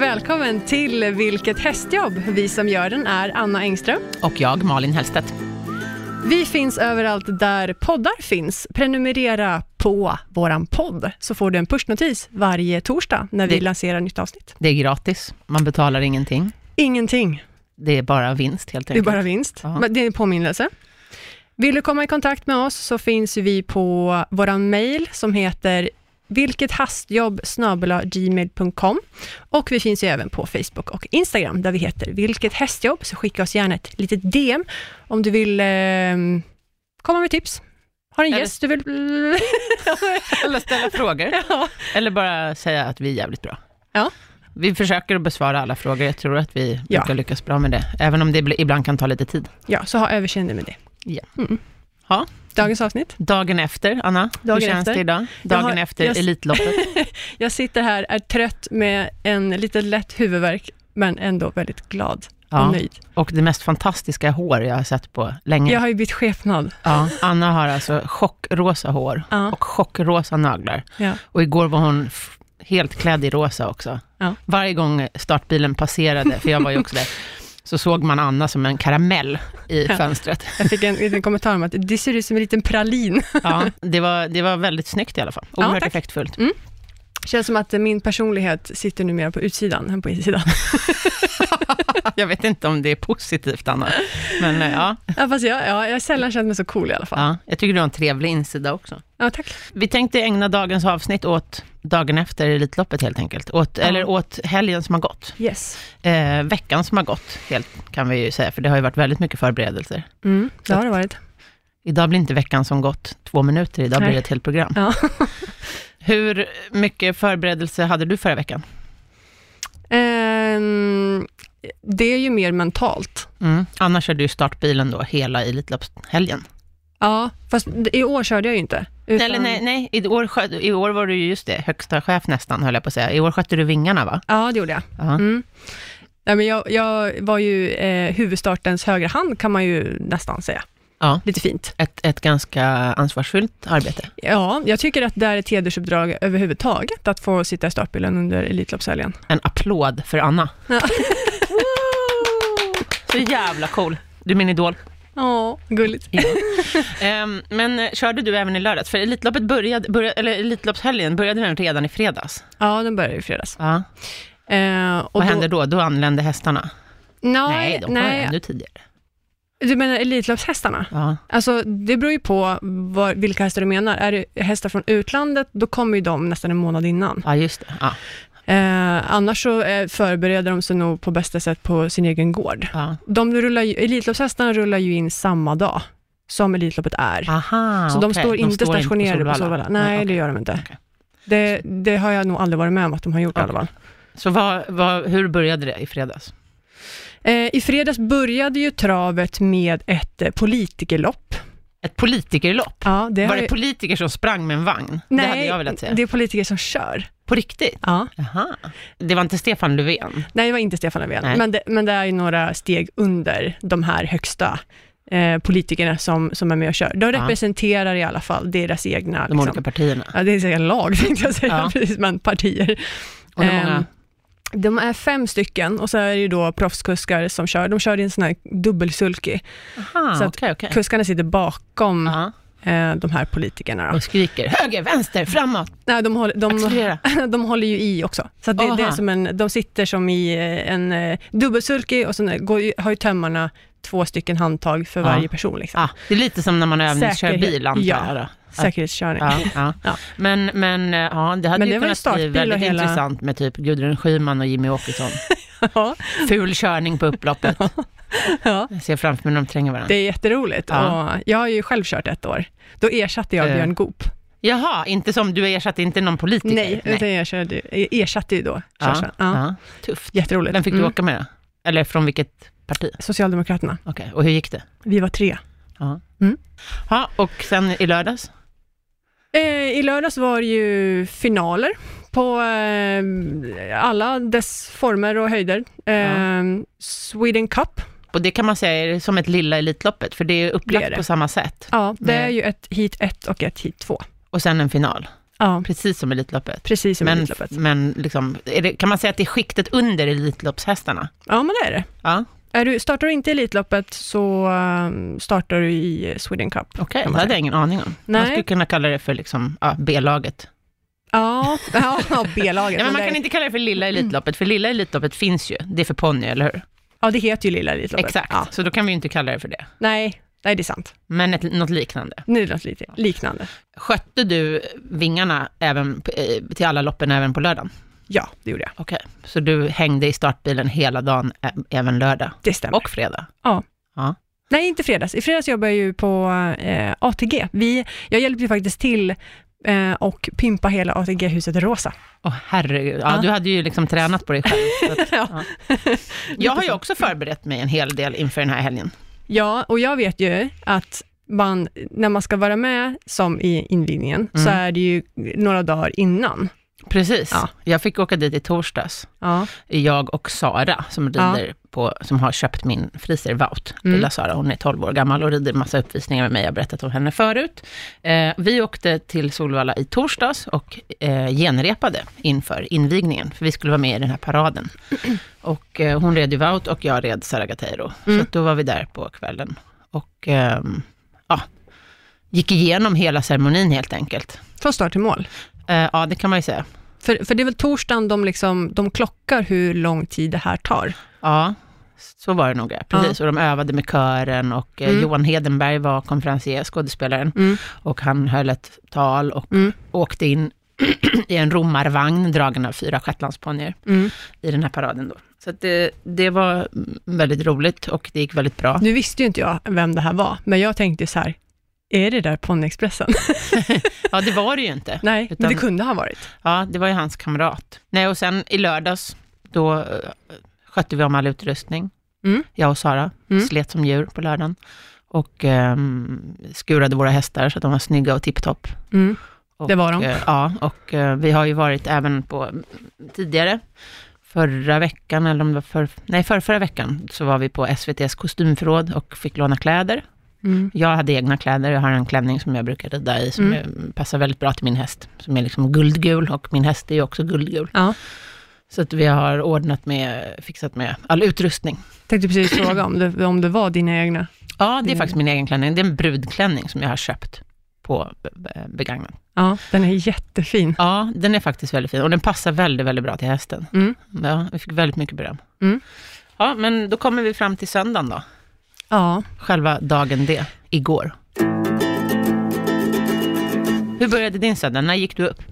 välkommen till Vilket hästjobb. Vi som gör den är Anna Engström. Och jag, Malin Hellstedt. Vi finns överallt där poddar finns. Prenumerera på våran podd så får du en pushnotis varje torsdag när vi Det- lanserar nytt avsnitt. Det är gratis, man betalar ingenting. Ingenting, Det är bara vinst helt det är enkelt. bara vinst. Ja. Men Det är en påminnelse. Vill du komma i kontakt med oss så finns ju vi på våran mail som heter vilkethastjobb@gmail.com och vi finns ju även på Facebook och Instagram där vi heter Vilket hästjobb, så skicka oss gärna ett litet DM om du vill eh, komma med tips. Har en Eller- gäst du vill... Eller ställa frågor. Ja. Eller bara säga att vi är jävligt bra. Ja. Vi försöker att besvara alla frågor. Jag tror att vi Ja. brukar lyckas bra med det. Även om det ibl- ibland kan ta lite tid. Ja, så ha överseende med det. Ja. Mm. Ja. Dagens avsnitt. Dagen efter, Anna. Dagen hur känns efter. det idag? Dagen har- efter jag- Elitloppet. Jag sitter här, är trött med en lite lätt huvudvärk, men ändå väldigt glad och Ja. nöjd. Och det mest fantastiska hår jag har sett på länge. Jag har ju bytt skepnad. Ja, Anna har alltså chockrosa hår Ja. och chockrosa naglar. Ja. Och igår var hon f- helt klädd i rosa också. Ja. Varje gång startbilen passerade, för jag var ju också där, så såg man Anna som en karamell i Ja. fönstret. Jag fick en liten kommentar om att det ser ut som en liten pralin. Ja, det, var, det var väldigt snyggt i alla fall. Ja, Oerhört tack. effektfullt. Känns som att eh, min personlighet sitter numera på utsidan än på insidan. Jag vet inte om det är positivt, Anna. Men eh, ja, Ja, fast jag, ja, jag har sällan känt mig så cool i alla fall. ja, jag tycker du har en trevlig insida också. Ja, tack. Vi tänkte ägna dagens avsnitt åt dagen efter Elitloppet helt enkelt. Åt, Eller åt helgen som har gått. Yes. Eh, veckan som har gått, helt, kan vi ju säga, för det har ju varit väldigt mycket förberedelser. Mm, det har det varit. Idag blir inte veckan som gått två minuter, idag Nej. blir det ett helt program. Ja. Hur mycket förberedelse hade du förra veckan? Ehm, det är ju mer mentalt. Mm. Annars körde du startbilen då hela Elitloppshelgen. Ja, fast i år körde jag ju inte. utan- Eller nej, nej i, år, skö- i år var du ju just det, högsta chef nästan höll jag på att säga. I år skötte du vingarna va? Ja, det gjorde jag. Ja. Mm. Nej, men jag, jag var ju eh, huvudstartens högra hand, kan man ju nästan säga. Ja. Lite fint. Ett, ett ganska ansvarsfullt arbete. Ja, jag tycker att det här är ett hedersuppdrag överhuvudtaget, att få sitta i startbilen under Elitloppshelgen. En applåd för Anna. Ja. Så jävla cool. Du är min idol. Ja, gulligt. Ehm, men eh, körde du även i lördags? För Elitloppet började, började, eller Elitloppshelgen började väl redan i fredags? Ja, den började i fredags. Ja. Eh, och Vad hände då? Då anlände hästarna? Nej, Nej, de kom nej, ännu tidigare. du menar Elitloppshästarna? Ja. Alltså, det beror ju på var, vilka hästar du menar. Är det hästar från utlandet, då kommer ju de nästan en månad innan. ja, just det. Ja, Eh, annars så eh, förbereder de sig nog på bästa sätt på sin egen gård. ja. De rullar ju, elitloppshästarna rullar ju in samma dag som Elitloppet är. Aha, så de Ah, okej. står inte på Ah, stationerade på Solvalla. Nej, okej. det gör de inte. Okej. Det, det har jag nog aldrig varit med om att de har gjort i alla fall. Så vad, vad, hur började det i fredags? Eh, I fredags började ju travet med ett eh, politikerlopp. Ett politikerlopp? Ja, det har var det ju- politiker som sprang med en vagn? det hade jag velat säga. det är politiker som kör. På riktigt? Ja. Aha. Det var inte Stefan Löfven? Nej, det var inte Stefan Löfven, Nej. men det, men det är ju några steg under de här högsta eh, politikerna som, som är med och kör. De Ja. representerar i alla fall deras egna, De liksom, olika partierna? ja, deras egna lag, tänkte jag säga, Ja. precis, men partier. Och hur många? Ehm, de är fem stycken och så är det ju då proffskuskar som kör. De kör i en sån här dubbelsulky. Aha, så så att- okej, okej. Kuskarna sitter bakom Ja, eh, de här politikerna. Då. och skriker höger, vänster, framåt, Nej, de, håller, de, accelerera. de håller ju i också. Så att det, det är Alltså, Aha. som en, de sitter som i eh, en eh, dubbelsulky och sen går, ju- har ju tömmarna två stycken handtag för Ja. varje person. Liksom. Ah, det är lite som när man övningskör Säkerhet. bil, antar Ja. jag. då. Att- Säkerhetskörning. Ja, ja. Ja. Men, men eh, ja, det hade Men det ju var ju kunnat bli startbil och väldigt hela- intressant med typ Gudrun Schyman och Jimmy Åkesson. Ja. Ful körning på upploppet. Ja. Jag ser framför mig när de tränger varandra. Det är jätteroligt. Ja. Och jag har ju själv kört ett år. Då ersatte jag Eh, Björn Goop. Jaha, inte som du ersatte inte någon politiker? Nej, utan jag körde, ersatte ju då Ja, Kerstin. Ja. ja. Tufft. Jätteroligt. Vem fick du Mm. åka med då? Eller från vilket parti? Socialdemokraterna. Okej, och hur gick det? Vi var tre. Ja, och sen i lördags? Eh, I lördags var det ju finaler på eh, alla dess former och höjder. Eh, Sweden Cup, Och det kan man säga är som ett lilla Elitloppet, för det är Det är upplagt det. på samma sätt. ja, det är Mm. ju ett hit 1 och ett hit 2. Och sen en final. Ja, precis som Elitloppet. precis som men Elitloppet. men liksom, är det, kan man säga att det är skiktet under Elitloppshästarna? Ja, men det är det. Ja, Är du, startar du inte Elitloppet så um, startar du i Sweden Cup. okej, man det hade säga. jag ingen aning om. Man Nej. skulle kunna kalla det för liksom, ja, B-laget. Ja, ja, ja, B-laget. Nej, men Men man det- kan inte kalla det för lilla Elitloppet, för lilla Elitloppet finns ju. Det är för ponny, eller hur? Ja, det heter ju Lilla Elitloppet. Exakt, Ja, så då kan vi ju inte kalla det för det. nej, nej, det är sant. Men ett, något liknande. Nu är det något lite liknande. Skötte du vingarna även, på- eh, till alla loppen även på lördagen? Ja, det gjorde jag. Okej, så du hängde i startbilen hela dagen, ä- även lördag Det stämmer. och fredag? Nej, inte fredags. I fredags jobbar jag ju på eh, ATG. Vi, jag hjälpte ju faktiskt till eh, och pimpa hela ATG-huset rosa. Åh herregud, ja, Ja. du hade ju liksom tränat på dig själv. Så att, Ja. ja. Jag har ju också förberett mig en hel del inför den här helgen. Ja, och jag vet ju att man, när man ska vara med som i invigningen, så är det ju några dagar innan. Precis, Ja. jag fick åka dit i torsdags. Ja, Jag och Sara, som, rider på, som har köpt min friser Wout, Mm. lilla Sara, hon är 12 år gammal och rider massa uppvisningar med mig, jag har berättat om henne förut. Eh, vi åkte till Solvalla i torsdags och eh, genrepade inför invigningen, för vi skulle vara med i den här paraden. Och eh, hon red ju Wout och jag red Saragateiro. Så Mm. att då var vi där på kvällen och ehm, ja, gick igenom hela ceremonin helt enkelt. från start till mål. Eh, ja, det kan man ju säga. För, för det är väl torsdagen de, liksom, de klockar hur lång tid det här tar. Ja, så var det nog. ja. Precis, och de övade med kören och eh, Mm. Johan Hedenberg var konferencier, skådespelaren, Mm. och han höll ett tal och Mm. åkte in i en romarvagn dragen av fyra shetlandsponnyer Mm. i den här paraden då. Så att det, det var mm, väldigt roligt och det gick väldigt bra. Nu visste ju inte jag vem det här var, men jag tänkte så här, är det där Ponyexpressen? Ja, det var det ju inte. Nej, Utan- men det kunde ha varit. Ja, det var ju hans kamrat. Nej, och sen i lördags, då eh, skötte vi om all utrustning. Mm. Jag och Sara Mm. slet som djur på lördagen. Och ehm, skurade våra hästar så att de var snygga och tipptopp. Mm. Och, Det var de. eh, ja, och eh, vi har ju varit även på mm, tidigare, förra veckan, eller om det var för, nej, förra, förra veckan, så var vi på SVTs kostymförråd och fick låna kläder. Mm. Jag hade egna kläder, jag har en klänning som jag brukar rida i, som eh, passar väldigt bra till min häst, som är liksom guldgul, och min häst är ju också guldgul. Ja. Så att vi har ordnat med, fixat med all utrustning. Tänkte precis fråga om det, om det var dina egna. Ja, det är Mm. faktiskt min egen klänning. Det är en brudklänning som jag har köpt på be- be- begagnat. Ja, den är jättefin. Ja, den är faktiskt väldigt fin och den passar väldigt, väldigt bra till hästen. Mm. Ja, vi fick väldigt mycket beröm. Mm. Ja, men då kommer vi fram till söndagen då. Ja. Själva dagen D, igår. Hur började din söndag? När gick du upp?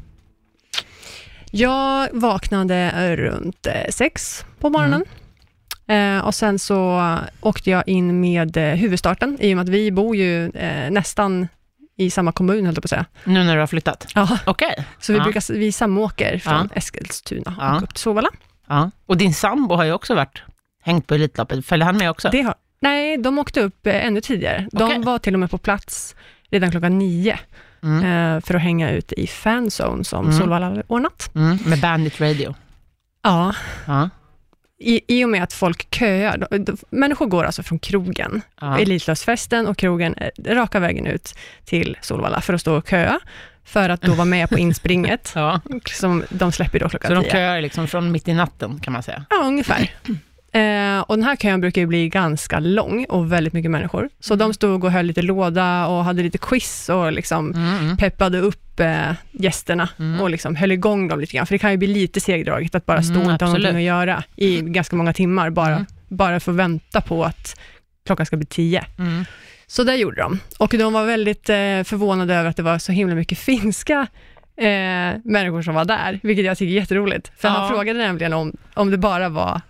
Jag vaknade eh, runt eh, sex på morgonen. Eh, och sen så åkte jag in med eh, huvudstarten, i och med att vi bor ju eh, nästan i samma kommun, höll jag på att säga. Nu när du har flyttat? Ja, Okej. så vi, Ja. brukar, vi samåker från Eskilstuna och Ja. upp till Solvalla. Ja. Och din sambo har ju också varit hängt på Elitloppet. Följde han med också? Det har, nej, de åkte upp eh, ännu tidigare. De Okej. var till och med på plats redan klockan nio, Mm. eh, för att hänga ute i fanzone som Mm. Solvalla hade ordnat. Mm. Med Bandit Radio. Ja, Ja. I, I och med att folk köar, då, då, människor går alltså från krogen, Ja. Elitlösfesten och krogen, eh, raka vägen ut till Solvalla för att stå och köa, för att då vara med på inspringet, Ja. som de släpper då Så klockan de 10. köar liksom från mitt i natten kan man säga. Ja, ungefär. Eh, och den här kön brukar ju bli ganska lång och väldigt mycket människor. Så Mm. de stod och höll lite låda och hade lite quiz och liksom Mm. peppade upp eh, gästerna och liksom höll igång dem lite grann. För det kan ju bli lite segdraget att bara stå Mm, och inte ha någonting absolut. att göra i ganska många timmar, bara, Mm. bara för att vänta på att klockan ska bli tio. Mm. Så det gjorde de. Och de var väldigt eh, förvånade över att det var så himla mycket finska eh, människor som var där, vilket jag tycker är jätteroligt. För Ja. han frågade nämligen om, om det bara var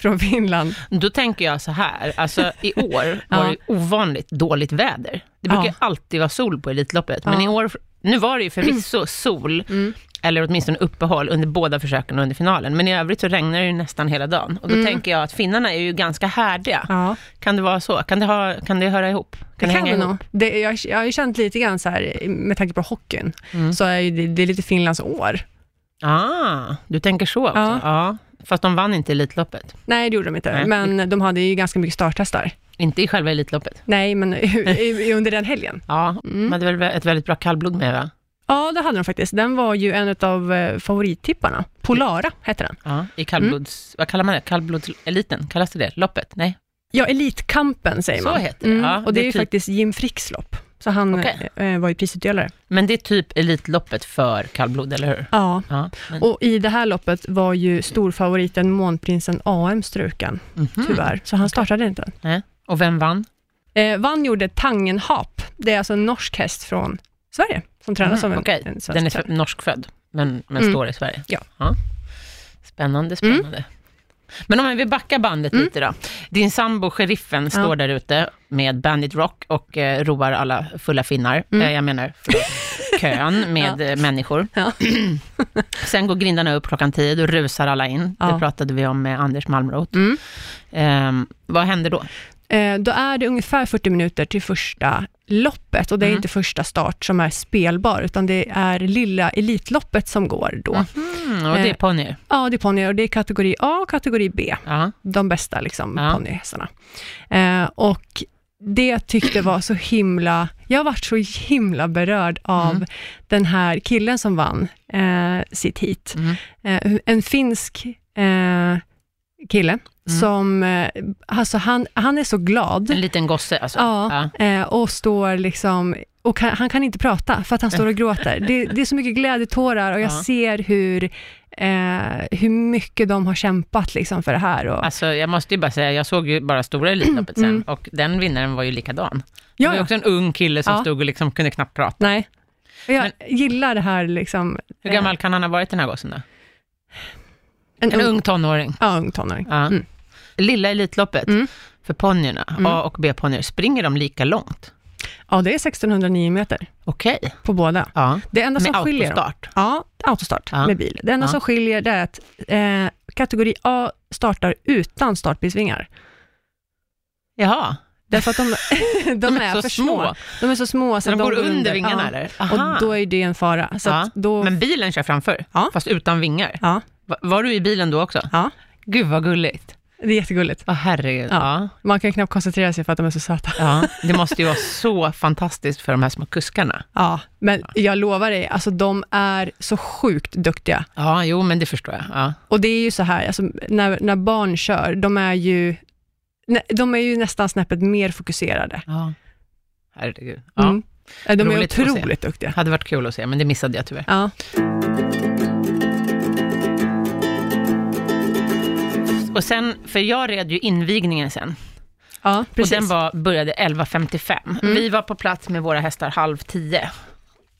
från Finland. Då tänker jag så här, alltså i år Ja. var det ju ovanligt dåligt väder. Det brukar Ja. ju alltid vara sol på Elitloppet, men Ja. i år, nu var det ju förvisso sol, Mm. eller åtminstone uppehåll under båda försöken och under finalen, men i övrigt så regnar det ju nästan hela dagen. Och då Mm. tänker jag att finnarna är ju ganska härdiga. Ja, Kan det vara så? Kan det, ha, kan det höra ihop? det kan hänga det ihop? nog. Det, jag, jag har ju känt lite grann så här, med tanke på hockeyn, Mm. så är ju det, det är lite Finlands år. Ah, du tänker så också? Ja. Ja. Fast de vann inte Elitloppet. Nej, det gjorde de inte, Nej. men de hade ju ganska mycket starthästar. Inte i själva Elitloppet. Nej, men i- i- under den helgen. Ja, Mm. de hade väl ett väldigt bra kallblod med va? Ja, det hade de faktiskt. Den var ju en av favorittipparna. Polara hette den. Ja, I Mm. kallblods... Vad kallar man det? Kallblodseliten? Kallas det det? Loppet? Nej? Ja, Elitkampen säger Så man. Mm. heter det, ja. och det, Det är är ju typ- faktiskt Jim Fricks lopp. Så han Okej. eh, var ju prisutdelare. Men det är typ Elitloppet för kallblod, eller hur? Ja, Ja, men, och i det här loppet var ju storfavoriten Månprinsen AM struken, Mhm. tyvärr. Så han startade inte. Nej. och vem vann? Eh, vann gjorde Tangenhap. Det är alltså en norsk häst från Sverige, som tränas av Mhm, en, okej. en svensk Den är tränare. för- norskfödd, men, men Mm. står i Sverige. Ja. Mm. Spännande, spännande. Men om vi backar bandet lite då. Din sambo, sheriffen, står där ute med Bandit Rock och eh, roar alla fulla finnar. Mm. Eh, jag menar, förlåt, kön med eh, människor. Ja. Sen går grindarna upp klockan tio, då rusar alla in. Ja. Det pratade vi om med Anders Malmroth. Mm. Ehm, vad händer då? Eh, Då är det ungefär 40 minuter till första loppet och det är Mm. inte första start som är spelbar, utan det är lilla Elitloppet som går då. Mm, och det är Eh. ponnyer. Ja, det är ponnyer och det är kategori A och kategori B, Ja. de bästa liksom, Ja. ponnyhästarna. Eh, och det jag tyckte var så himla, jag har varit så himla berörd av Mm. den här killen som vann eh, sitt hit. Mm. Eh, en finsk eh, kille, Mm. som, eh, alltså han, han är så glad. En liten gosse alltså. Ja, eh, och står liksom, och kan, han kan inte prata för att han står och gråter. Det, det är så mycket glädjetårar och jag Ja. ser hur, eh, hur mycket de har kämpat liksom för det här. Och, Alltså jag måste ju bara säga, jag såg ju bara stora Elitloppet sen Mm. och den vinnaren var ju likadan. Det ja, var ju ja. också en ung kille som Ja. stod och liksom kunde knappt prata. Nej. Och Jag gillar det här liksom. Hur eh, gammal kan han ha varit den här gossen då? En, En ung, ung tonåring. ja, ung tonåring. Ja. Mm. Lilla Elitloppet Mm. för ponnyerna, A och B-ponnyer, springer de lika långt? Ja, det är 1609 meter Okej. på båda. Ja. Det enda som Med skiljer dem- autostart. Ja, autostart Ja. med bil. Det enda Ja. som skiljer det är att eh, kategori A startar utan startbilsvingar. Jaha, Därför att de, de, de, är, är, så för små. små. De är så små så Så de, att går under, vingarna ja. eller? Och Aha. då är det en fara. Så Ja. att då, Men bilen kör framför, Ja. fast utan vingar. ja, Va- Var du i bilen då också? Ja. Gud vad gulligt. det är jättegulligt. Åh herregud. Ja. Ja. Man kan knappt koncentrera sig för att de är så söta. Ja, det måste ju vara så fantastiskt för de här små kuskarna. Ja, men jag lovar dig, alltså de är så sjukt duktiga. Ja, jo, men det förstår jag. Ja. Och det är ju så här, alltså, när, när barn kör, de är ju nä- de är ju nästan snäppet mer fokuserade. ja. Herregud. Ja. Mm. Eh, De Roligt att är se. otroligt duktiga. Hade varit kul att se, men det missade jag tyvärr. Ja. Och sen, för jag red ju invigningen sen. Ja, precis. Och den var, började 11.55. Vi var på plats med våra hästar halv tio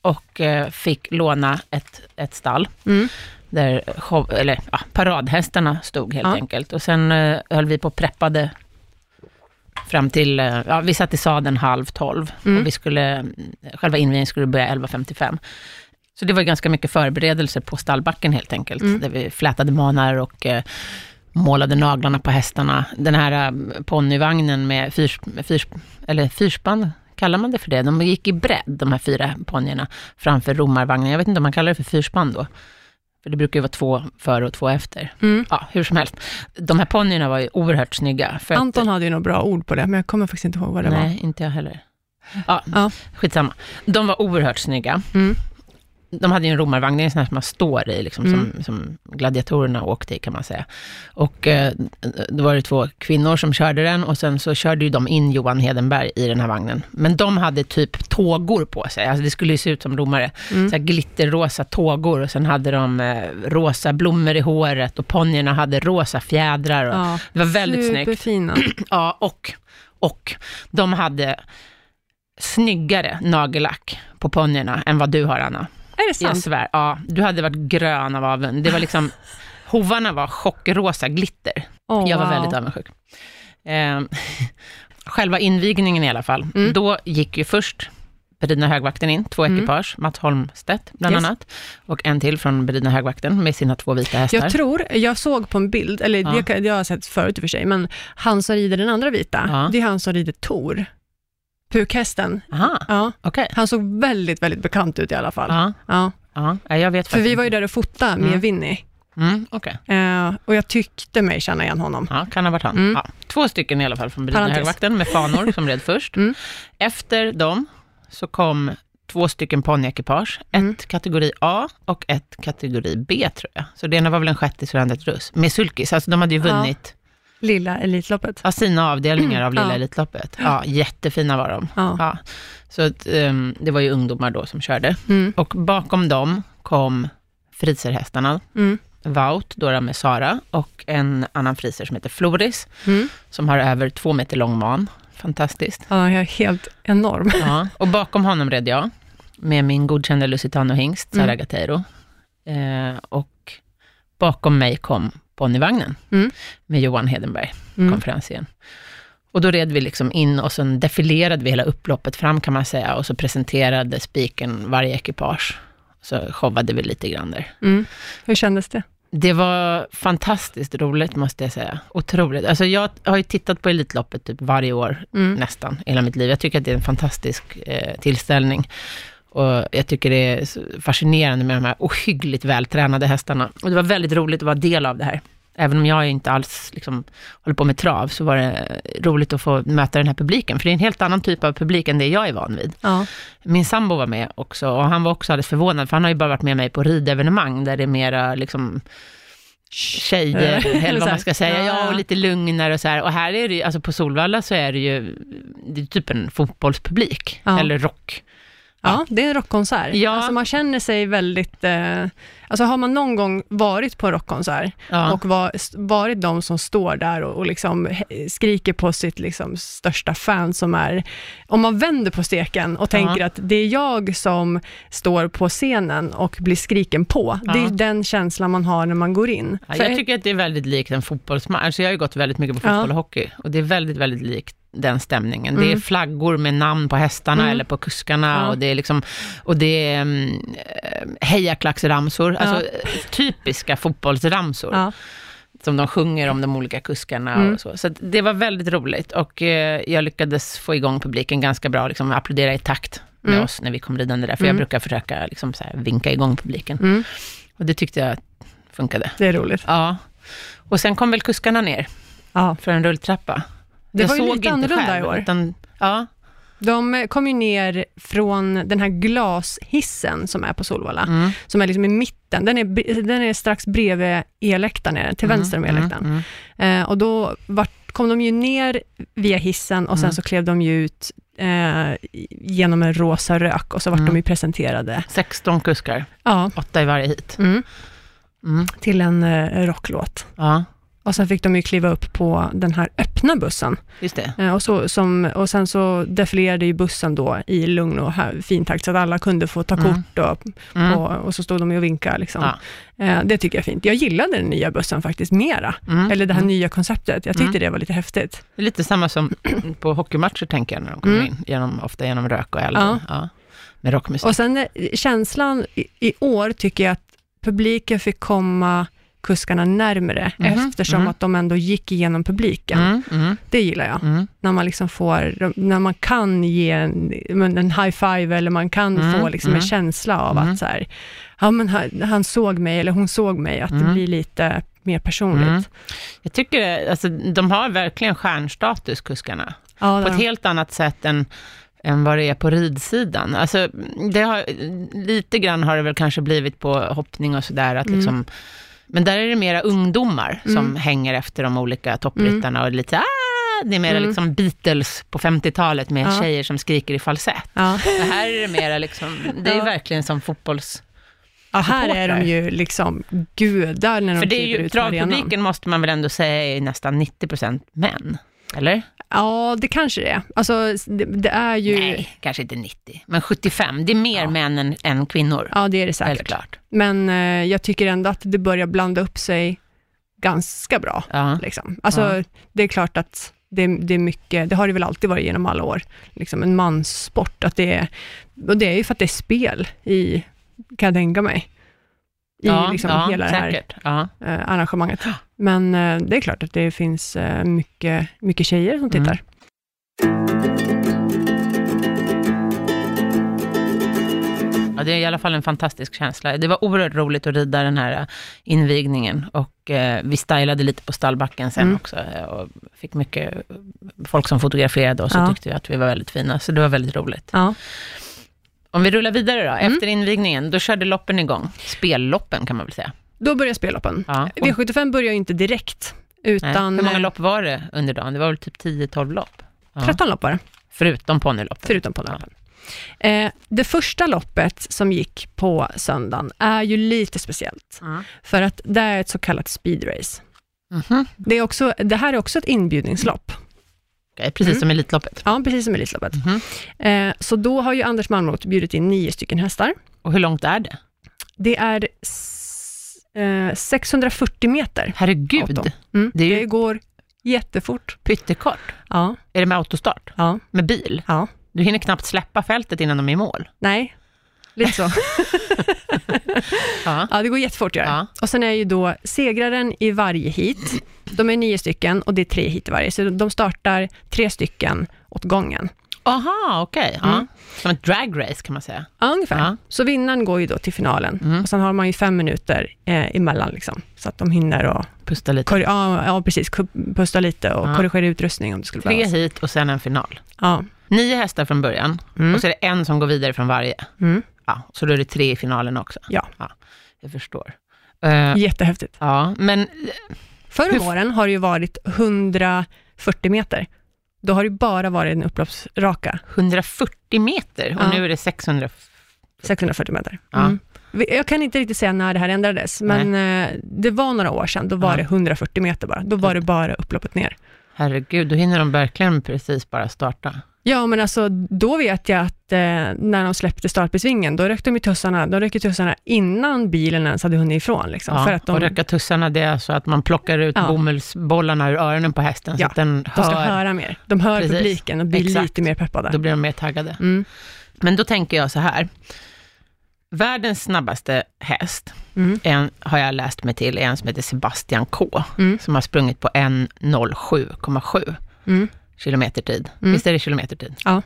och eh, fick låna ett, ett stall. Mm. Där show, eller, ja, paradhästarna stod helt Ja. enkelt. Och sen eh, höll vi på och preppade fram till, eh, ja, vi satt i sadeln halv tolv. Och vi skulle, mm, själva invigningen skulle börja 11.55. Så det var ganska mycket förberedelser på stallbacken helt enkelt. Där vi flätade manar och eh, målade naglarna på hästarna. Den här eh, ponnyvagnen med, fyrs, med fyrs, eller fyrspann, kallar man det för det? De gick i bredd, de här fyra ponnyerna, framför romarvagnen. Jag vet inte om man kallar det för fyrspann då. För det brukar ju vara två före och två efter. Mm. Ja, hur som helst. De här ponnyerna var ju oerhört snygga. För att- Anton hade ju några bra ord på det, men jag kommer faktiskt inte ihåg vad det var. Nej, inte jag heller. Ja, Ja. skitsamma. De var oerhört snygga. Mm. De hade ju en romarvagn, det är en sån här som man står i, liksom, Mm. som, som gladiatorerna åkte i kan man säga. Och eh, då var det två kvinnor som körde den och sen så körde ju de in Johan Hedenberg i den här vagnen. Men de hade typ tågor på sig, alltså det skulle ju se ut som romare. Mm. Så här glitterrosa tågor och sen hade de eh, rosa blommor i håret och ponnyerna hade rosa fjädrar. Och, Ja, Det var väldigt snyggt. Superfina. Ja, och, och de hade snyggare nagellack på ponnyerna än vad du har, Anna. Är det Jag sant? svär. Ja, du hade varit grön av avund. Det var liksom, hovarna var chockrosa glitter. Åh, jag var wow. väldigt avundsjuk. Ehm, själva invigningen i alla fall, Mm. då gick ju först Beridna högvakten in, två ekipage, Mats Holmstedt bland Yes. annat, och en till från Beridna högvakten med sina två vita hästar. Jag tror, jag såg på en bild, eller Ja. det, kan- det har jag sett förut i och för sig, men han som rider den andra vita, Ja. det är han som rider Tor. Pukhästen. Aha, Ja. okej. Han såg väldigt, väldigt bekant ut i alla fall. Ja. Ja, ja, ja, jag vet För vi faktiskt var ju där och fotade med Mm. Winnie, Mm, okej. eh, och jag tyckte mig känna igen honom. Ja, kan ha varit han. Mm. Ja, två stycken i alla fall från Brydna Parentes. högvakten med fanor som red först. Mm. Efter dem så kom två stycken ponnyekipage, ett Mm. kategori A och ett kategori B tror jag. Så det ena var väl en sjättis och det andra ett russ. Med sulkis, alltså de hade ju Ja. vunnit Lilla Elitloppet. ja, sina avdelningar av lilla Ja. Elitloppet. Ja, jättefina var de. Ja. Ja. Så att, ehm, det var ju ungdomar då som körde. Mm. Och bakom dem kom friserhästarna, Mm. Wout, Dora med Sara och en annan friser som heter Floris, Mm. som har över två meter lång man. Fantastiskt. Ja, jag är helt enorm. Ja. Och bakom honom red jag, med min godkända Lusitano-hingst, Sara Mm. Gateiro. Eh, och bakom mig kom ponnywagnen, Mm. med Johan Hedenberg, Mm. konferensen. Och då red vi liksom in och sen defilerade vi hela upploppet fram kan man säga, och så presenterade spiken varje ekipage. Så showade vi lite grann där. Mm. Hur kändes det? Det var fantastiskt roligt måste jag säga. Otroligt. Alltså jag har ju tittat på Elitloppet typ varje år Mm. nästan, hela mitt liv. Jag tycker att det är en fantastisk eh, tillställning. Och jag tycker det är så fascinerande med de här ohyggligt vältränade hästarna. Och det var väldigt roligt att vara del av det här. Även om jag inte alls liksom, håller på med trav, så var det eh, roligt att få möta den här publiken. För det är en helt annan typ av publik än det jag är van vid. Ja. Min sambo var med också och han var också alldeles förvånad, för han har ju bara varit med mig på ridevenemang, där det är mera liksom tjejer, Eller så eller vad här. man ska säga, Ja, ja, och ja. lite lugnare och så här. Och här är det ju, alltså på Solvalla så är det ju, det är typ en fotbollspublik, Ja. eller rock. Ja, det är en rockkonsert. Ja. Alltså man känner sig väldigt... Eh, alltså har man någon gång varit på en rockkonsert Ja. och var, s- varit de som står där och, och liksom he- skriker på sitt liksom största fan som är... Om man vänder på steken och tänker att det är jag som står på scenen och blir skriken på. Det är Ja. den känslan man har när man går in. Ja, För- jag tycker att det är väldigt likt en fotbollsmatch, alltså jag har ju gått väldigt mycket på fotboll Ja. och hockey, och det är väldigt, väldigt likt den stämningen. Det är Mm. flaggor med namn på hästarna Mm. eller på kuskarna Ja. och det är liksom, och det är um, hejaklacksramsor, alltså typiska fotbollsramsor. ja. som de sjunger om de olika kuskarna Mm. och så. Så att det var väldigt roligt och eh, jag lyckades få igång publiken ganska bra, liksom applådera i takt med Mm. oss när vi kom ridande där, för Mm. jag brukar försöka liksom så här vinka igång publiken. Mm, Och det tyckte jag funkade. det är roligt. Ja. Och sen kom väl kuskarna ner Ja. för en rulltrappa. Det jag var ju såg lite inte annorlunda själv, i år. Utan, ja, De eh, kom ju ner från den här glashissen som är på Solvalla, mm, som är liksom i mitten. Den är, br- den är strax bredvid elläktaren, är den, till vänster om mm, elläktaren. mm, Eh, och då vart, kom de ju ner via hissen och sen Mm. så klev de ju ut eh, genom en rosa rök och så vart Mm. de ju presenterade. 16 kuskar, Ja. åtta i varje hit. Mm. Mm, Till en eh, rocklåt. ja, Och sen fick de ju kliva upp på den här öppna bussen. just det. Eh, Och, så, som, och sen så defilerade ju bussen då i lugn och här- fin takt, så att alla kunde få ta Mm. kort och, Mm, och, och så stod de ju och vinkade. Liksom. Ja. Eh, Det tycker jag är fint. Jag gillade den nya bussen faktiskt mera, mm. eller det här nya konceptet. Jag tyckte det var lite häftigt. Det är lite samma som på hockeymatcher, tänker jag, när de kommer Mm. in. Genom, ofta genom rök och eld. Ja. Ja. Med rockmusik. Och sen eh, känslan i, i år tycker jag att publiken fick komma kuskarna närmre, Mhm, eftersom mhm. att de ändå gick igenom publiken. mm, mm, Det gillar jag. mm. när man liksom får, när man kan ge en, men en high five eller man kan Mm, få liksom mm. en känsla av Mm. att så här, ja, men han, han såg mig eller hon såg mig, att det Mm. blir lite mer personligt. Mm. Jag tycker alltså, de har verkligen stjärnstatus, kuskarna. Ja, På där- ett helt annat sätt än, än vad det är på ridsidan. Alltså, det har, lite grann har det väl kanske blivit på hoppning och sådär, att Mm. liksom, men där är det mera ungdomar som Mm. hänger efter de olika toppryttarna och lite ah! Det är mera Mm. liksom Beatles på 50-talet med Ja. tjejer som skriker i falsett. ja. Det här är det mera liksom, det är Ja. verkligen som fotbolls... ja, här är de supportrar. ju liksom gudar när de För det är kliver ju, Mm. Typ ut på arenan. travpubliken måste man väl ändå säga är nästan 90% män, eller? Ja, det kanske det är. Alltså, det, det är ju... Nej, kanske inte 90, men 75. Det är mer män än, än kvinnor, Ja, det är det helt säkert. klart. Men eh, jag tycker ändå att det börjar blanda upp sig ganska bra. Ja. Liksom. Alltså, Ja. Det är klart att det, det är mycket, det har det väl alltid varit genom alla år, liksom en manssport. Att det är, och det är ju för att det är spel i, kan jag tänka mig, i ja, liksom ja, hela det här säkert. Ja. eh, arrangemanget. Men eh, det är klart att det finns eh, mycket, mycket tjejer Mm. som tittar. Ja, det är i alla fall en fantastisk känsla. Det var oerhört roligt att rida den här eh, invigningen och eh, vi stylade lite på stallbacken sen Mm. också eh, och fick mycket eh, folk som fotograferade oss Ja. och tyckte att vi var väldigt fina, så det var väldigt roligt. Ja. Om vi rullar vidare då, efter invigningen, då körde loppen igång. Spelloppen kan man väl säga. Då börjar spelloppen. Ja. Och, V75 börjar ju inte direkt, nej, utan hur många eh, lopp var det under dagen? Det var väl typ 10-12 lopp? Ja. 13 lopp var det, Förutom ponnyloppen. förutom på loppen. Eh, det första loppet som gick på söndagen är ju lite speciellt, Ja. för att det är ett så kallat speedrace. Mhm. Det, är också, det här är också ett inbjudningslopp, Okej, precis Mm. som Elitloppet. ja, precis som Elitloppet. Mhm. Eh, så då har ju Anders Malmroth bjudit in nio stycken hästar. Och hur långt är det? Det är s- eh, 640 meter. Herregud, Åtta. Mm. Det Det, är ju- går jättefort. pyttekort. Ja, Är det med autostart? ja, Med bil? ja. Du hinner knappt släppa fältet innan de är i mål. Nej, lite så. Ja. Ja, det går jättefort gör det. Ja. Och sen är ju då segraren i varje hit. De är nio stycken och det är tre hit i varje, så de startar tre stycken åt gången. Aha, okej. Ja. Mm. Som ett dragrace kan man säga. Ja, ungefär. Ja. Så vinnaren går ju då till finalen Mm. och sen har man ju fem minuter eh, emellan, liksom, så att de hinner och Pusta lite. kor- ja, ja, precis, ku- pusta lite och Ja. korrigera utrustning om det skulle Tre behövas. hit och sen en final. Ja. Nio hästar från början Mm. och så är det en som går vidare från varje. Mm. Ja, så då är det tre i finalen också. Ja. Jag förstår. Eh, Jättehäftigt. ja, men Förr om Hur- åren har det ju varit 140 meter. Då har det ju bara varit en upploppsraka, 140 meter och Ja. nu är det 600. 640 meter. Ja. Mm. Vi- Jag kan inte riktigt säga när det här ändrades, men eh, det var några år sedan, då var Ja. det 140 meter bara. Då var det bara upploppet ner. Herregud, då hinner de verkligen precis bara starta. Ja, men alltså då vet jag att eh, när de släppte startbesvingen, då rökte de ju tussarna, de röker tussarna innan bilen ens hade hunnit ifrån. Liksom, Ja, för att de, Och röka tussarna, det är så att man plockar ut Ja. bomullsbollarna ur öronen på hästen så Ja, att den de ska hör. höra mer. De hör Precis. publiken och blir Exakt. lite mer peppade. Då blir de mer taggade. Mm. Men då tänker jag så här. Världens snabbaste häst, Mm. en, har jag läst mig till, är en som heter Sebastian K. Mm. Som har sprungit på 1.07,7 Mm. kilometertid. Mm. Visst är det kilometertid? Ja.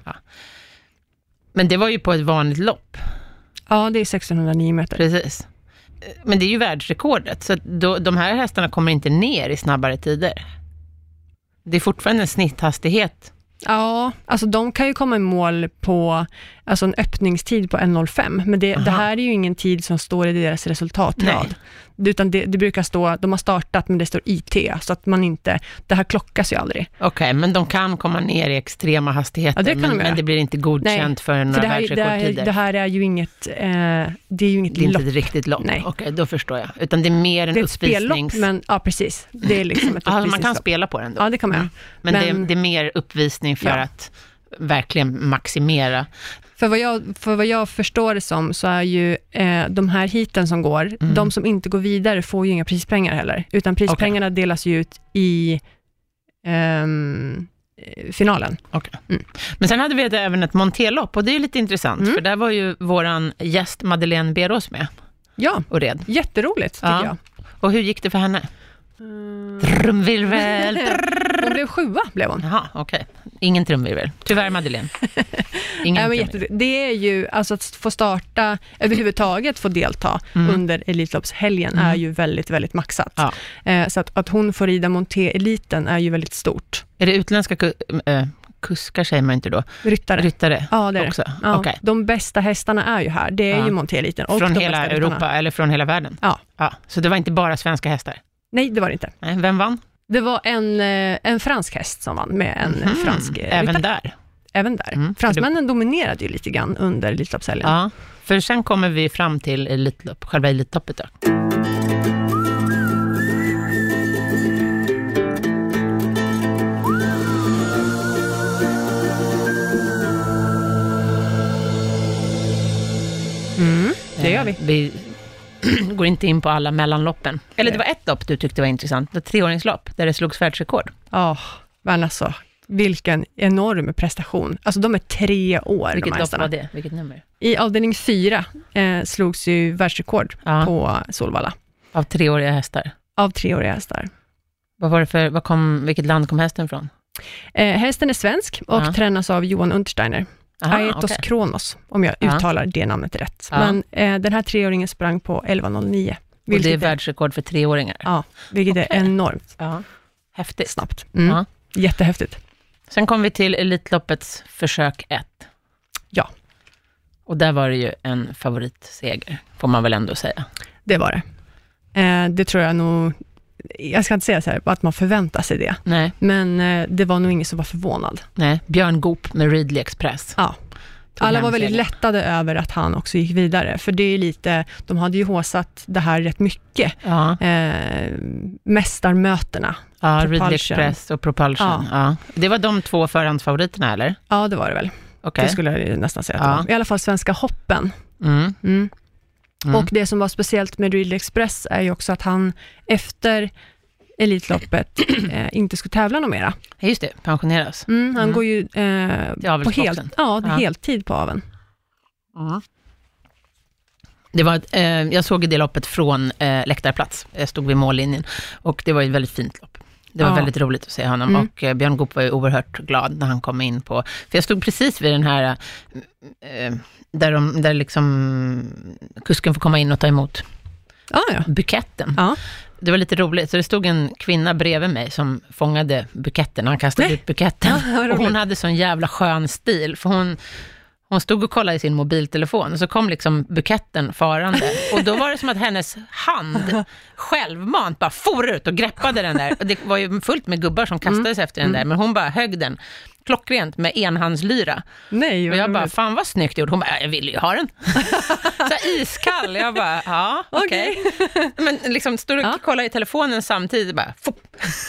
Men det var ju på ett vanligt lopp, Ja, det är 1609 meter. precis. Men det är ju världsrekordet, så att då, de här hästarna kommer inte ner i snabbare tider. Det är fortfarande en snitthastighet. Ja, alltså de kan ju komma i mål på alltså en öppningstid på 1.05, men det, Aha. det här är ju ingen tid som står i deras resultatrad. Utan det, det brukar stå, de har startat, men det står IT, så att man inte, det här klockas ju aldrig. Okej, men de kan komma ner i extrema hastigheter, Ja, det kan men, de göra. men det blir inte godkänt Nej, för några För det, här, det, världsrekordtider. här, det här är ju inget, eh, det är ju inget Det är inte lopp. ett riktigt lopp? Nej. Okej, då förstår jag. Utan det är mer en Det är ett spellopp, uppvisnings... men ja, precis. Det är liksom ett alltså, man kan uppvisningslopp. spela på den då. Ja, det kan man göra. men men- Det, det är mer uppvisning för Ja. att verkligen maximera. För vad, jag, för vad jag förstår det som, så är ju eh, de här hiten som går, Mm. de som inte går vidare får ju inga prispengar heller, utan prispengarna delas ju ut i ehm, eh, finalen. Men sen hade vi ett- även ett monterlopp och det är ju lite intressant, Mm. för där var ju våran gäst Madeleine Berås med Ja, och red. jätteroligt tycker Ja. Mm. jag. Och hur gick det för henne? Trumvirvel! Hon blev sjua, blev hon. Jaha, okej. Ingen trumvirvel. Tyvärr Madeleine. Ingen Nej, men trumvirvel. jätte, det är ju, alltså att få starta, överhuvudtaget få delta under Elitloppshelgen är ju väldigt, väldigt maxat. Mm. Ja. Eh, så att, att hon får rida Monté-eliten är ju väldigt stort. Är det utländska ku- äh, kuskar säger man inte då? Ryttare. Ryttare? Ja, det är det. också? Ja, Okej. De bästa hästarna är ju här. Det är Ja. ju Monteliten och från de hela bästa ryttarna. Europa, eller från hela världen? Ja. Så det var inte bara svenska hästar? Nej, det var det inte. Nej, vem vann? Det var en, eh, en fransk häst som vann med en Mhm. fransk eh, Även ryttare. där? Även där. Mm. Fransmännen dominerade ju lite grann under Elitloppshelgen. Ja. För sen kommer vi fram till elitlopp, själva Elitloppet då. Mm, det gör vi. Eh, Vi går inte in på alla mellanloppen. Eller det var ett lopp du tyckte var intressant, ett treåringslopp, där det slogs världsrekord. Ja, men alltså vilken enorm prestation. Alltså de är tre år, de Vilket här lopp var hästarna. det? Vilket nummer? I avdelning fyra eh, slogs ju världsrekord Ja, på Solvalla Av treåriga hästar. av treåriga hästar. Vad var det för, vad kom, vilket land kom hästen från? Eh, hästen är svensk och Ja. tränas av Johan Untersteiner. Aha, Aetos Ah, okej. Kronos, om jag Ja. uttalar det namnet rätt. Ja. Men eh, den här treåringen sprang på 11.09, Och det är vilket, är, världsrekord för treåringar. ja, vilket Okej. är enormt Ja. Häftigt. snabbt. Mm. Ja. Jättehäftigt. Sen kom vi till Elitloppets försök 1. Ja. Och där var det ju en favoritseger, får man väl ändå säga. Det var det. Eh, det tror jag nog, jag ska inte säga så här, att man förväntar sig det, Nej, men eh, det var nog ingen som var förvånad. nej. Björn Goop med Readly Express. Ja. Tog Alla hem var väldigt segern. lättade över att han också gick vidare, för det är lite, de hade ju håsat det här rätt mycket, Ja, eh, mästarmötena. ja Propulsion. Readly Express och Propulsion. Ja. Ja. Det var de två förhandsfavoriterna, eller? Ja, det var det väl. Okej. Det skulle jag ju nästan säga att Ja. det var. I alla fall Svenska hoppen. Mm. Mm. Mm. Och det som var speciellt med Ridley Express är ju också att han efter Elitloppet eh, inte skulle tävla något mera. Ja, Just det, pensioneras. Mm, han Mm. går ju eh, Till på avelsboxen. helt, ja, Ja. heltid på aveln. Det var, ett, eh, jag såg det loppet från eh, läktarplats. Jag stod vid mållinjen och det var ett väldigt fint lopp. Det var Ja. väldigt roligt att se honom Mm. och eh, Björn Goop var ju oerhört glad när han kom in på... För jag stod precis vid den här, eh, där, de, där liksom kusken får komma in och ta emot Ja, ja. buketten. Ja. Det var lite roligt, så det stod en kvinna bredvid mig som fångade buketten, han kastade Nej. ut buketten. Ja, vad Och hon roligt. hade sån jävla skön stil, för hon, hon stod och kollade i sin mobiltelefon, och så kom liksom buketten farande. Och då var det som att hennes hand självmant bara for ut och greppade den där. Och det var ju fullt med gubbar som kastades Mm. efter den där, men hon bara högg den klockrent med enhandslyra. Nej, Och vad jag bara, roligt. fan vad snyggt gjort. Hon bara, jag vill ju ha den. så iskall. Jag bara, ja, okej. Men liksom, står och Ja. kollar i telefonen samtidigt, bara, fop.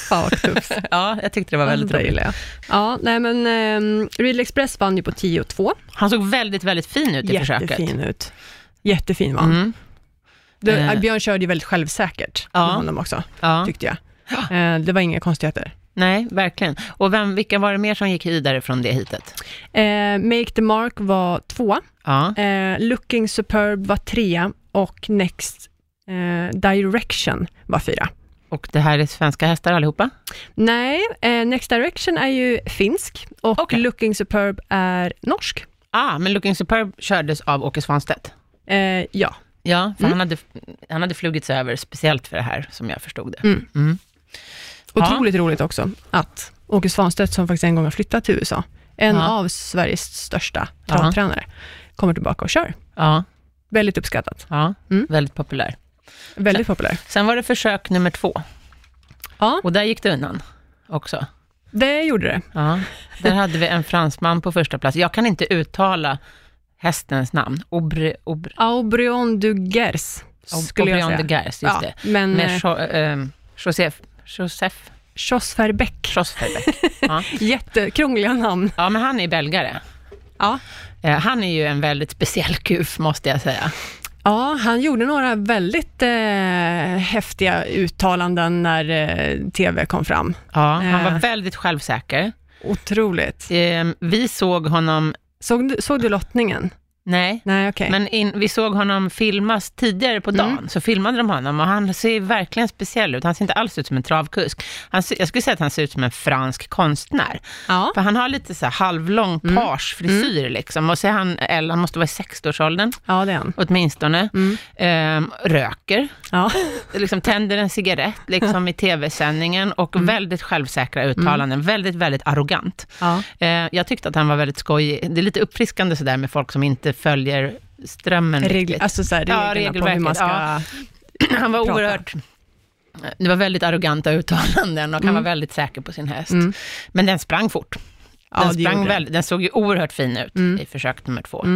Fan vad tufft. Ja, jag tyckte det var väldigt det där roligt. gillar jag. Ja, nej men ehm, Ridley Express vann ju på 10-2. Han såg väldigt, väldigt fin ut i försöket. Jättefin ut. Jättefin vann. Mm. Det, Eh. Björn körde ju väldigt självsäkert Ja. med honom också, Ja, tyckte jag. Eh, det var inga konstigheter. nej, verkligen. Och vem, vilka var det mer som gick vidare från det hitet? Eh, Make the Mark var tvåa, Ja, eh, Looking Superb var trea och Next eh, Direction var fyra. och det här är svenska hästar allihopa? Nej, eh, Next Direction är ju finsk och Okej. Looking Superb är norsk. Ah, men Looking Superb kördes av Åke Svanstedt. Eh, ja, Ja, för Mm. han, hade, han hade flugits över speciellt för det här, som jag förstod det. Mm. Mm. otroligt roligt också att Åke Svanstedt, som faktiskt en gång har flyttat till USA, en Ja. av Sveriges största Ja. travtränare, kommer tillbaka och kör. Ja, Väldigt uppskattat, ja Mm. väldigt populär. väldigt populär. Sen var det försök nummer två. Ja. Och där gick det undan också. Det gjorde det. Ja. Där hade vi en fransman på första plats. Jag kan inte uttala hästens namn. Aubre, Aubre, Aubrion du Gers, skulle jag Aubrion säga. de Gers, just ja, det. Men Med Med... jo, eh, Josef, Josef Schossferbeck, Schrossferbeck. Ja. jättekrångliga namn. ja, men han är belgare. Ja. Eh, han är ju en väldigt speciell kuf, måste jag säga. ja, han gjorde några väldigt eh, häftiga uttalanden när eh, TV kom fram. Ja, han var Eh. väldigt självsäker. Otroligt. Eh, vi såg honom, Såg du, såg du lottningen? nej, Nej, Mm. okej. Men in, vi såg honom filmas tidigare på dagen, så filmade de honom och han ser verkligen speciell ut. Han ser inte alls ut som en travkusk. Han ser, jag skulle säga att han ser ut som en fransk konstnär. Ja. För han har lite så här halvlång Mm. pagefrisyr liksom. Och så är han, eller han måste vara i 60-årsåldern ja, det är han. åtminstone. Mm. Ehm, röker, Ja. liksom tänder en cigarett liksom i tv-sändningen och Mm. väldigt självsäkra uttalanden. Väldigt, väldigt arrogant. ja. Eh, jag tyckte att han var väldigt skojig. Det är lite uppfriskande sådär med folk som inte följer strömmen Regler, riktigt. alltså så här, Ja, reglerna på hur man ska... regelverket, Han var prata. oerhört... Det var väldigt arroganta uttalanden och han var väldigt säker på sin häst. Mm. Men den sprang fort. Ja, Den, det gjorde sprang den. Mm. väl, den såg ju oerhört fin ut i försök nummer två.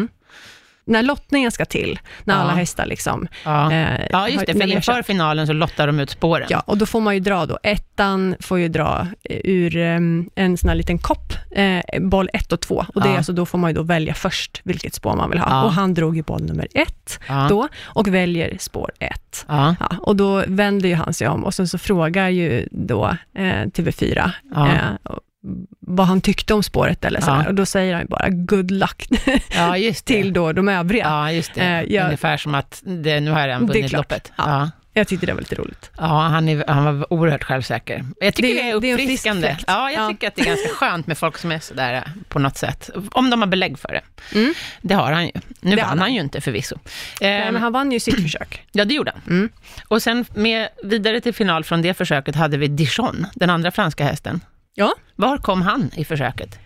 När lottningen ska till, när Ja. alla hästar liksom... Ja. eh, ja, just det. har- när För vi har inför finalen så lottar de ut spåren. Ja, och då får man ju dra då. Ettan får ju dra eh, ur eh, en sån här liten kopp, eh, boll ett och två. Och det Ja. är alltså, då får man ju då välja först vilket spår man vill ha. Ja. Och han drog ju boll nummer ett Ja. då och väljer spår ett. Ja. Ja, och då vänder ju han sig om och sen så frågar ju då eh, TV4 Ja. eh, vad han tyckte om spåret eller så Ja. här. Och då säger han ju bara good luck ja, just det. till då de övriga. Ja, just det. Eh, jag- Ungefär som att det, nu har han Det är vunnit klart. loppet. Ja. Ja. Jag tyckte det var lite roligt. Ja, han, är, han var oerhört självsäker. Jag tycker det, Det- är det är en frisk uppfriskande. fläkt. ja, jag Ja. tycker att det är ganska skönt med folk som är sådär eh, på något sätt. Om de har belägg för det. Mm. Det har han ju. Nu Det har vann han han. ju inte förvisso. Nej, Ehm, Eh, men han vann ju sitt försök. ja, det gjorde han. Mm. Och sen med, vidare till final från det försöket hade vi Dijon, den andra franska hästen. Ja. Var kom han i försöket?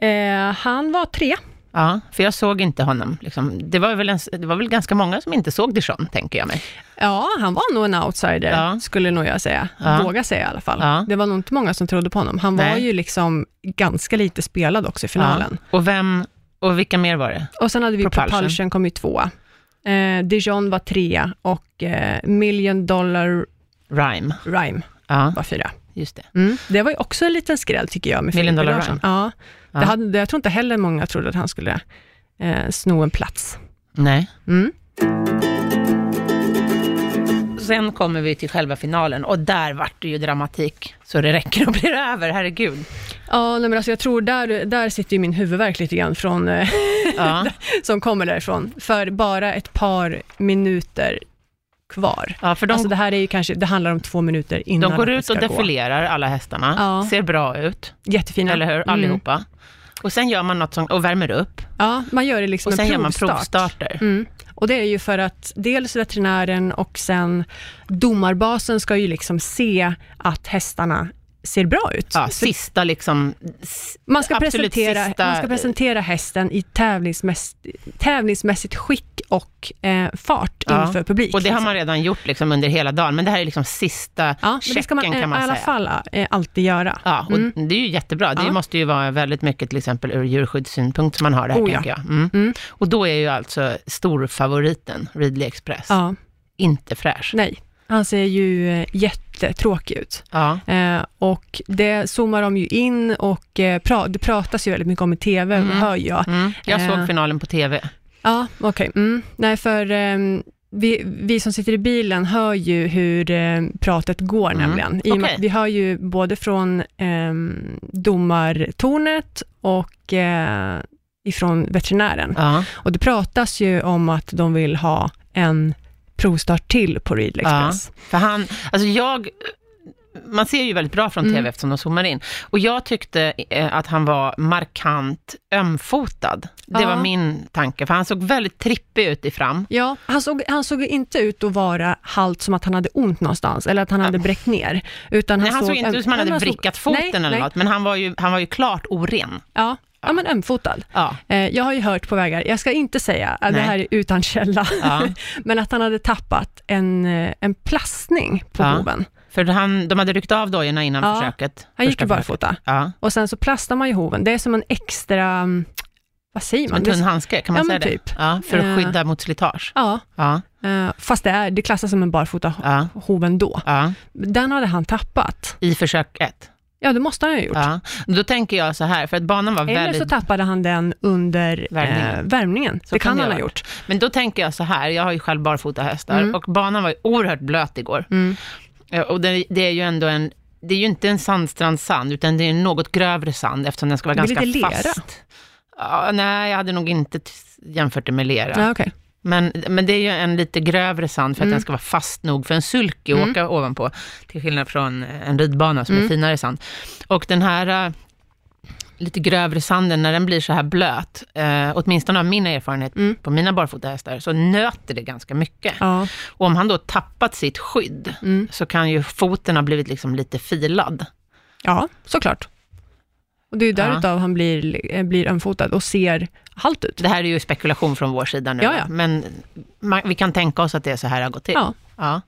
Eh, han var tre. Ja, för jag såg inte honom. Liksom. Det, var väl en, det var väl ganska många som inte såg Dijon, tänker jag mig. Ja, han var nog en outsider, Ja. skulle nog jag säga. Ja. Våga säga i alla fall. Ja. Det var nog inte många som trodde på honom. Han var Nej. ju liksom ganska lite spelad också i finalen. Ja. Och vem, och vilka mer var det? Och sen hade vi Propulsion. Propulsion, kom ju tvåa. Eh, Dijon var trea och eh, Million Dollar Rhyme. Rhyme Ja, var fyra. just det. Mm. Det var ju också en liten skräll tycker jag med Million Filip Dollar Larsson. Rhyme. Ja. Ja. Det hade, det- jag tror inte heller många trodde att han skulle eh, sno en plats. Nej. Mm. Sen kommer vi till själva finalen och där vart det ju dramatik så det räcker och blir över, herregud. Ja, nej, men alltså jag tror där, där sitter ju min huvudvärk lite grann från, eh, Ja, som kommer därifrån. För bara ett par minuter kvar. ja för de, alltså det här är ju kanske, det handlar om två minuter innan de går att det ut och ska gå. defilerar, alla hästarna, Ja. ser bra ut, Jättefina. eller hur, Mm. allihopa. Och sen gör man något som, och värmer upp, Ja, man gör det liksom och sen en gör man provstart. provstarter. Mm. Och det är ju för att dels veterinären och sen domarbasen ska ju liksom se att hästarna ser bra ut. Ja, sista liksom, s- Man ska, absolut presentera, sista- man ska presentera hästen i tävlingsmäss, tävlingsmässigt skick och eh, fart Ja. inför publik. och det har liksom. man redan gjort liksom under hela dagen, men det här är liksom sista ja, men det checken ska man, eh, kan man i alla säga. fall eh, alltid göra. Ja, och det är ju jättebra. Det Mm. Ja. måste ju vara väldigt mycket till exempel ur djurskyddssynpunkt som man har det här, Oh ja. tänker jag. Mm. Mm. Och då är ju alltså storfavoriten Ridley Express Ja, inte fräsch. nej. Han ser ju eh, jättetråkig ut. Ja, Eh, och det zoomar de ju in och eh, pra- det pratas ju väldigt mycket om i TV, Mm. hör jag. mm. jag såg Eh. finalen på TV. Ja, okej. Mm. Nej, för ehm, vi, vi som sitter i bilen hör ju hur eh, pratet går Mm. nämligen. I och med Okej. att vi hör ju både från ehm, domartornet och eh, ifrån veterinären. Ja, Och det pratas ju om att de vill ha en provstart till på Ridley Ja. Express. för han, alltså jag, man ser ju väldigt bra från TV Mm. eftersom de zoomar in. Och jag tyckte eh, att han var markant ömfotad. Det Ja. var min tanke, för han såg väldigt trippig ut i fram. Ja, han såg, han såg inte ut att vara halt som att han hade ont någonstans eller att han hade bräckt ner. Utan han, Nej, han såg inte ut som han hade Nej, men vrickat foten nej, eller nej. något, men han var ju, han var ju klart oren. Ja, ja, men ömfotad. Ja. Eh, Jag har ju hört på vägar, jag ska inte säga, att det Nej. här är utan källa, Ja. men att han hade tappat en, eh, en plastning på Ja. boven. För han, de hade ryckt av dojorna innan Ja, försöket. Han gick Första ju försöket. barfota. Ja, Och sen så plastar man ju hoven, det är som en extra, mm, vad säger som man? en Det är tunn som- handske, kan man Ja, säga men det? typ. Ja, för Eh. att skydda mot slitage. Ja, Ja, eh, fast det, är, det klassas som en barfota ja, hoven då. ja. Den hade han tappat. I försök ett. Ja, det måste han ju ha gjort. Ja. Då tänker jag så här, för att banan var Eller väldigt... så tappade han den under värmningen. Värmningen. Eh, värmningen. Så Det kan kan det han ha ha gjort. Men då tänker jag så här, jag har ju själv barfota hästar Mm. och banan var ju oerhört blöt igår. Mm. Ja, Och det, det är ju ändå en... Det är ju inte en sandstrandsand, utan det är en något grövre sand, eftersom den ska vara Det blir ganska lite lera. fast. Ja, nej, jag hade nog inte t- jämfört det med lera. Ja, okej. Men, men det är ju en lite grövre sand för att Mm. den ska vara fast nog för en sulky att Mm. åka ovanpå. Till skillnad från en ridbana som är Mm. finare sand. Och den här eh, lite grövre sanden, när den blir så här blöt, eh, åtminstone av min erfarenhet Mm. på mina barfotahästar, så nöter det ganska mycket. Ja, Och om han då tappat sitt skydd, mm. så kan ju foten ha blivit liksom lite filad. ja, såklart. Och det är ju därutav han blir, eh, blir ömfotad och ser halt ut. Det här är ju spekulation från vår sida nu, Ja, ja. men man, vi kan tänka oss att det är så här det har gått till. Ja. Ja.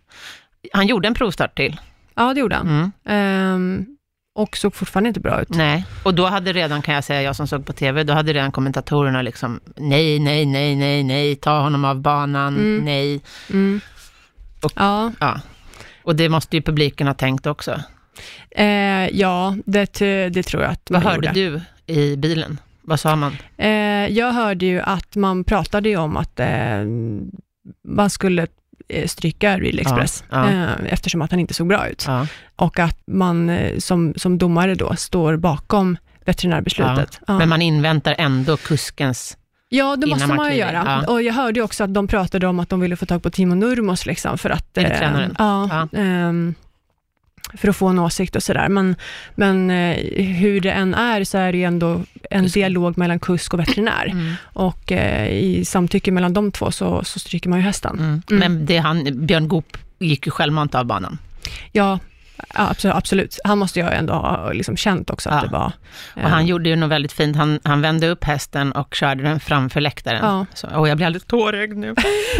Han gjorde en provstart till. Ja, det gjorde han. Mm. Ehm, och såg fortfarande inte bra ut. Nej, och då hade redan, kan jag säga, jag som såg på TV, då hade redan kommentatorerna liksom, nej, nej, nej, nej, nej, ta honom av banan, Mm. nej. Mm. Och- Ja, Ja. Och det måste ju publiken ha tänkt också. eh, ja det, t- det tror jag att Vad man hörde gjorde. du i bilen? Vad sa man? Eh, jag hörde ju att man pratade ju om att eh, man skulle eh, stryka Real Express, ja. Eh, eftersom att han inte såg bra ut. Ja. Och att man eh, som, som domare då står bakom veterinärbeslutet. Ja. Men man inväntar ändå kuskens... Ja, det Innan måste man man ju kliver in. göra. Och jag hörde ju också att de pratade om att de ville få tag på Timo Nurmos, liksom för att... Är det tränaren? Ja. ehm, för att få en åsikt och sådär. Men, men eh, hur det än är, så är det ju ändå en Kusk. dialog mellan kusk och veterinär. Mm. Och eh, i samtycke mellan de två, så, så stryker man ju hästen. Mm. Men det han, Björn Goop gick ju självmant av banan. Ja, Ja, absolut, absolut. Han måste ju ändå ha liksom känt också att Ja. det var... eh, Och han gjorde ju något väldigt fint, han, han vände upp hästen och körde den framför läktaren. Ja. Så, och jag blir alldeles tårögd nu.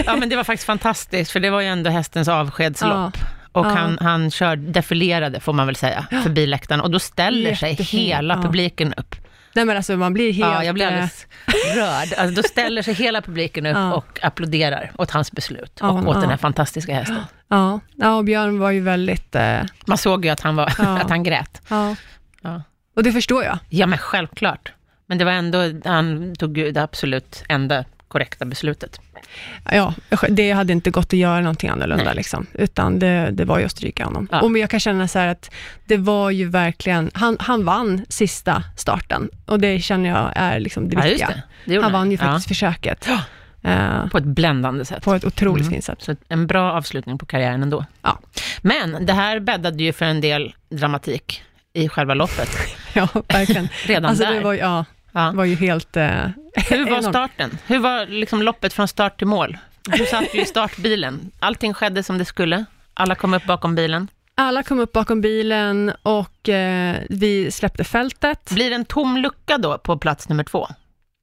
Ja, men det var faktiskt fantastiskt, för det var ju ändå hästens avskedslopp. ja, Och Ja. han, han kör, defilerade, får man väl säga, förbi läktaren. Och då ställer sig Jättefint, hela ja. publiken upp. Nej men alltså man blir helt... Ja, jag blir eh, alldeles rörd. Alltså, då ställer sig hela publiken upp Ja. och applåderar åt hans beslut Ja, och åt ja. den här fantastiska hästen. Ja, ja och Björn var ju väldigt... Eh, Man såg ju att han, var, Ja. att han grät. ja. Ja. Och det förstår jag. ja, men självklart. Men det var ändå, han tog ju det absolut enda korrekta beslutet. Ja, det hade inte gått att göra någonting annorlunda, Nej. liksom, utan det, det var ju att stryka honom. Ja. Och men jag kan känna så här att det var ju verkligen, han, han vann sista starten och det känner jag är liksom det Ja, just viktiga. det. det gjorde Han vann ju Ja. faktiskt försöket Ja. eh, På ett bländande sätt. på ett otroligt Mm. fint sätt. Så en bra avslutning på karriären ändå. Ja. Men det här bäddade ju för en del dramatik i själva loppet Ja, verkligen. redan Alltså där. det var, ju- ja, Ja. det var ju helt... Eh, Hur var enormt. starten? Hur var liksom loppet från start till mål? Du satt ju i startbilen. Allting skedde som det skulle. Alla kom upp bakom bilen. Alla kom upp bakom bilen och eh, vi släppte fältet. Blir det en tom lucka då på plats nummer två?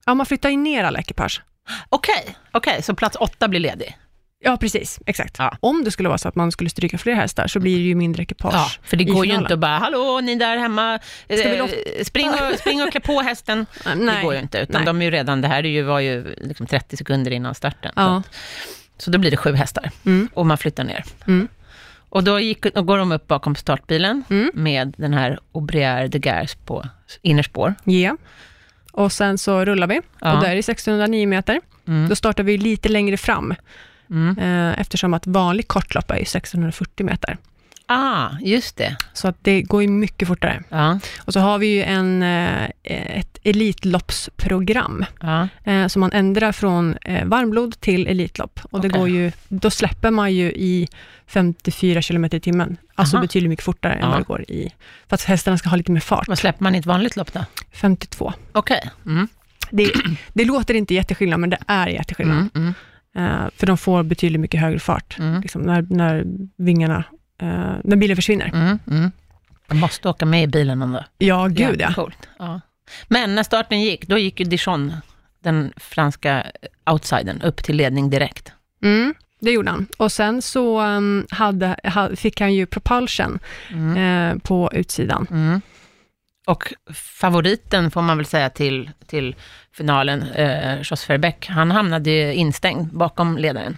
Ja, man flyttade ju ner alla ekipage. Okej, okej, så plats åtta blir ledig. Ja, precis. Exakt. Ja. Om det skulle vara så att man skulle stryka fler hästar, så blir det ju mindre ekipage. för det i går ju finalen. inte att bara, hallå, ni där hemma, Ska vi eh, spring, och, spring och klä på hästen. Nej. Det går ju inte, utan Nej. de är ju redan, det här är ju, var ju liksom 30 sekunder innan starten. Ja. Så då blir det sju hästar Mm. och man flyttar ner. Mm. Och då gick, och går de upp bakom startbilen Mm. med den här Aubrière de Gers på innerspår. Ja. Och sen så rullar vi. Ja. Och där är det 1609 meter. Mm. Då startar vi lite längre fram, Mm. eh, eftersom att vanlig kortlopp är ju 1640 meter. Ah, just det. Så att det går ju mycket fortare. Ja, Och så har vi ju en, eh, ett elitloppsprogram, ja. eh, som man ändrar från eh, varmblod till elitlopp. Och det Okej. går ju, då släpper man ju i 54 km i timmen, alltså Aha. betydligt mycket fortare än Ja. vad det går i, för att hästarna ska ha lite mer fart. Vad släpper man i ett vanligt lopp då? 52. Okej. Mm. Det, det låter inte jätteskillnad, men det är jätteskillnad. Mm, mm, Eh, för de får betydligt mycket högre fart, mm, liksom när, när vingarna, eh, när bilen försvinner. mm, mm. Jag måste åka med i bilen ändå. Ja, gud ja. Coolt. Ja. Men när starten gick, då gick ju Dijon, den franska outsidern, upp till ledning direkt. Mm, det gjorde han. Och sen så um, hade, ha, fick han ju propulsion Mm. eh, på utsidan. Mm. Och favoriten får man väl säga till, till finalen, eh, Jos Verbeck, han hamnade ju instängd bakom ledaren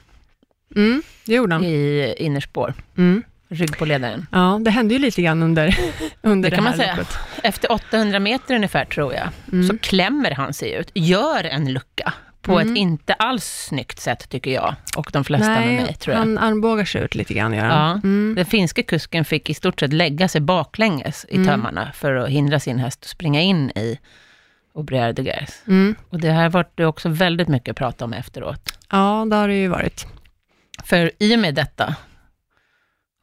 Mm, det gjorde han. i innerspår, Mm. rygg på ledaren. Ja, det hände ju lite grann under, under det, Det kan man här säga. Mm. loppet. Efter 800 meter ungefär tror jag, Mm. så klämmer han sig ut, gör en lucka på ett inte alls snyggt sätt tycker jag, och de flesta med mig Mm. Nej, tror jag. han armbågar sig ut lite grann, gör han. Mm. Ja, Den finske kusken fick i stort sett lägga sig baklänges Mm. i tömmarna för att hindra sin häst att springa in i Aubrière de Gers. Mm. Och det här vart det också väldigt mycket prat om efteråt. Ja, det har det ju varit. För i och med detta,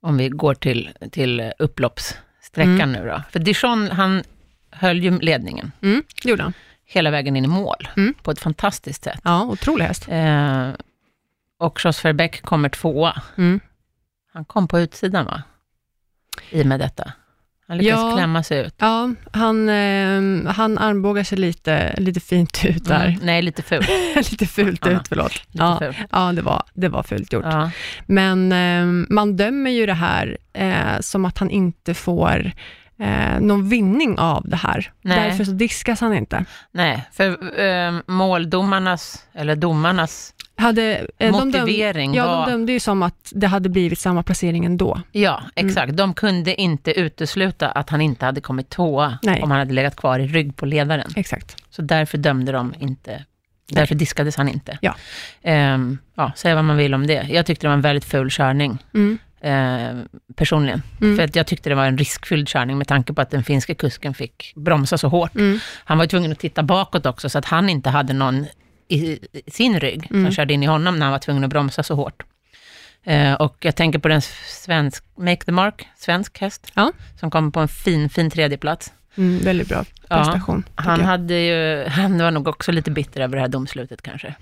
om vi går till, till upploppssträckan nu då. För Dijon, han höll ju ledningen Mm, det gjorde han. hela vägen in i mål Mm. på ett fantastiskt sätt. Ja, otrolig häst. Eh, och Jos Verbeck kommer tvåa. Mm. Han kom på utsidan va? I och med detta. Han lyckades Ja. klämma sig ut. Ja, han, eh, han armbågar sig lite, lite fint ut där. Mm. Nej, lite fult. Lite lite fult Ja, ut, förlåt. Ja, fult. ja det, var, det var fult gjort. Ja. Men eh, man dömer ju det här eh, som att han inte får eh, någon vinning av det här. Nej. Därför så diskas han inte. Nej, för eh, måldomarnas, eller domarnas Hade, eh, de döm- motivering Ja, var... de dömde ju som att det hade blivit samma placering ändå. Ja, Mm. exakt. De kunde inte utesluta att han inte hade kommit tvåa Nej. om han hade legat kvar i rygg på ledaren. Exakt. Så därför dömde de inte. Därför diskades han inte. Ja. Ehm, ja, säga vad man vill om det. Jag tyckte det var en väldigt ful körning, Mm. ehm, personligen. Mm. För att jag tyckte det var en riskfylld körning med tanke på att den finska kusken fick bromsa så hårt. Mm. Han var ju tvungen att titta bakåt också, så att han inte hade någon i i sin rygg som Mm. körde in i honom när han var tvungen att bromsa så hårt. Eh, och jag tänker på den svensk, Make the Mark, svensk häst, Ja. som kom på en fin, fin tredjeplats. Mm, väldigt bra prestation. tycker Han, jag. hade ju, han var nog också lite bitter över det här domslutet kanske.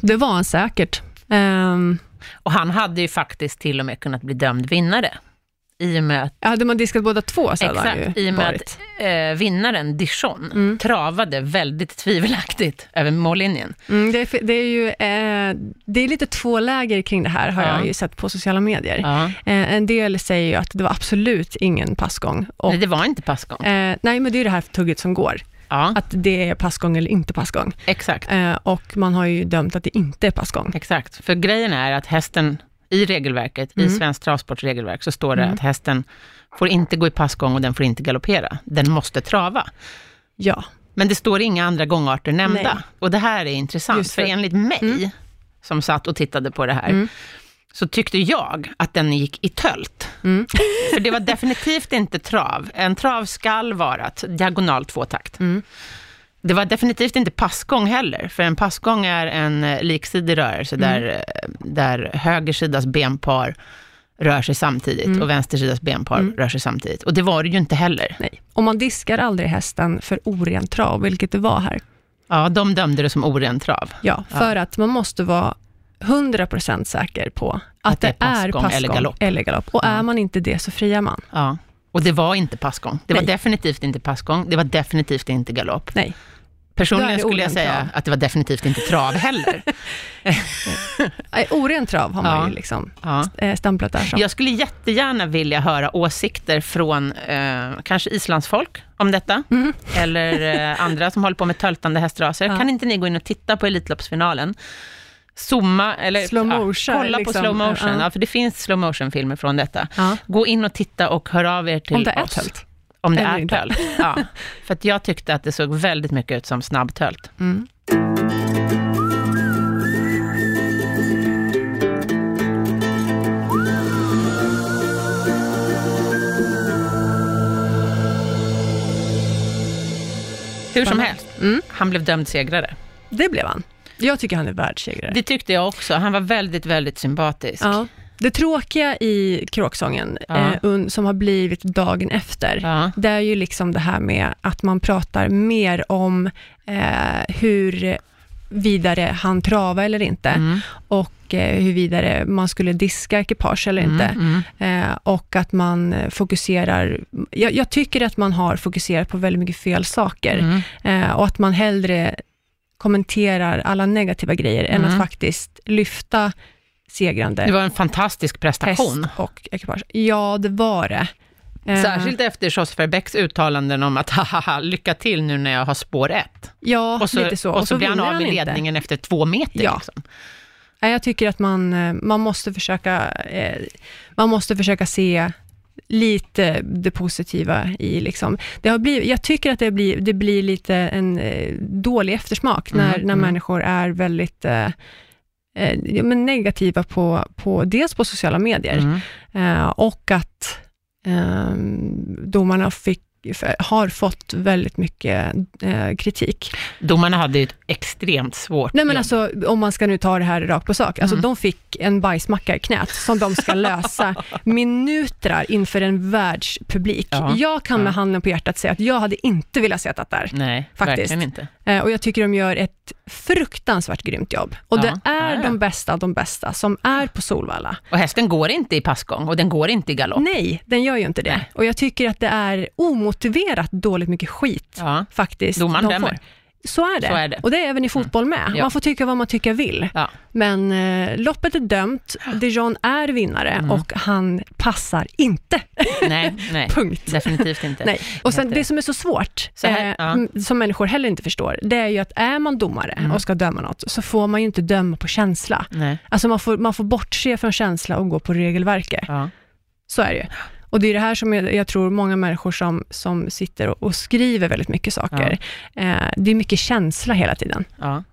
Det var han säkert. Ehm, Och han hade ju faktiskt till och med kunnat bli dömd vinnare i och med att Ja, hade man diskat båda två så hade han Exakt, ju i och med varit. att eh, vinnaren Dijon Mm. travade väldigt tvivelaktigt över mållinjen. Mm, det, är, det är ju eh, det är lite två läger kring det här, har Ja. jag ju sett på sociala medier. Ja. Eh, en del säger ju att det var absolut ingen passgång. Och, Nej, det var inte passgång. eh, nej, men det är ju det här tugget som går, Ja, att det är passgång eller inte passgång. exakt. Eh, och man har ju dömt att det inte är passgång. Exakt, för grejen är att hästen i regelverket, i Mm. Svenskt travsportregelverk, så står det Mm. att hästen får inte gå i passgång och den får inte galoppera. Den måste trava. Ja. Men det står inga andra gångarter nämnda. Nej. Och det här är intressant, Just för det. enligt mig, Mm. som satt och tittade på det här, Mm. så tyckte jag att den gick i tölt. Mm. För det var definitivt inte trav. En trav skall vara t- diagonal tvåtakt. Mm. Det var definitivt inte passgång heller, för en passgång är en eh, liksidig rörelse Mm. där, eh, där höger sidas benpar rör sig samtidigt Mm. och vänster sidas benpar rör sig samtidigt. Och det var det ju inte heller. Nej. Och man diskar aldrig hästen för oren trav, vilket det var här. Ja, de dömde det som oren trav. Ja, för att man måste vara 100% säker på att, det är passgång, eller galopp. eller galopp. Och är man inte det så friar man. Ja. Och det var inte passgång. Det var Nej. definitivt inte passgång, det var definitivt inte galopp. Nej. Då är Personligen det skulle jag oren säga trav. att det var definitivt inte trav heller. Nej, Oren trav har man Ja. ju liksom Ja. eh, stämplat där som. Jag skulle jättegärna vilja höra åsikter från eh, kanske islandsfolk om detta, Mm. eller eh, andra som håller på med töltande hästraser. Ja. Kan inte ni gå in och titta på Elitloppsfinalen? Zooma, eller Slow ja, motion, kolla på liksom. slow motion, Ja. ja, för det finns slow motion-filmer från detta. Ja. Gå in och titta och hör av er till Om det är oss. tält. Om det Eller är inte. tölt. Ja. För att jag tyckte att det såg väldigt mycket ut som snabbtölt. Mm. Hur som Spännande. helst, Mm. han blev dömd segrare. Det blev han. Jag tycker han är världssegrare. Det tyckte jag också. Han var väldigt, väldigt sympatisk. Ja. Det tråkiga i kråksången, Ja. eh, un- som har blivit dagen efter, Ja. det är ju liksom det här med att man pratar mer om eh, hur vidare han trava eller inte Mm. och eh, hur vidare man skulle diska ekipage eller inte. Mm, mm. Eh, och att man eh, fokuserar, jag, jag tycker att man har fokuserat på väldigt mycket fel saker Mm. eh, och att man hellre kommenterar alla negativa grejer än Mm. att faktiskt lyfta segrande Det var en fantastisk häst prestation. och ekipage. Ja, det var det. Eh, Särskilt efter Joss Bäcks uttalanden om att haha, lycka till nu när jag har spår ett. ja, Och så, lite så. Och så, blir han vinner av i inte. ledningen efter två meter. Ja. Liksom. Nej, Jag tycker att man, eh, man, måste försöka, eh, man måste försöka se lite det positiva i liksom. det har blivit, Jag tycker att det blir, det blir lite en eh, dålig eftersmak Mm, när, när mm. människor är väldigt eh, eh, ja, men negativa på, på, dels på sociala medier Mm. eh, och att eh, domarna fick, för- har fått väldigt mycket eh, kritik. Domarna hade ju ett extremt svårt Nej men jobb. alltså, om man ska nu ta det här rakt på sak, alltså Mm. de fick en bajsmacka i knät som de ska lösa minutrar inför en världspublik. Ja, Jag kan med ja. handen på hjärtat säga att jag hade inte velat se det där. Nej, faktiskt. verkligen inte. Eh, och jag tycker de gör ett fruktansvärt grymt jobb. Och Ja, det är ja, ja. de bästa av de bästa som är på Solvalla. Och hästen går inte i passgång och den går inte i galopp. Nej, den gör ju inte det. Nej. Och jag tycker att det är omotiverat dåligt mycket skit Ja. faktiskt. Domaren de dömer. får. Så är, det. Så är det. Mm. och det är även i fotboll med. Ja. Man får tycka vad man tycka vill. Ja. Men eh, loppet är dömt, Dijon är vinnare Mm. och han passar inte. Nej, nej. Punkt. Definitivt inte. Nej. Och sen Heter det som är så svårt, Så här, eh, ja. Mm. m- som människor heller inte förstår, det är ju att är man domare och ska döma något, så får man ju inte döma på känsla. Nej. Alltså man får, man får bortse från känsla och gå på regelverket. Ja. Så är det ju. Och det är det här som jag, jag tror många människor som, som sitter och, och skriver väldigt mycket saker, eh, det är mycket känsla hela tiden. Ja.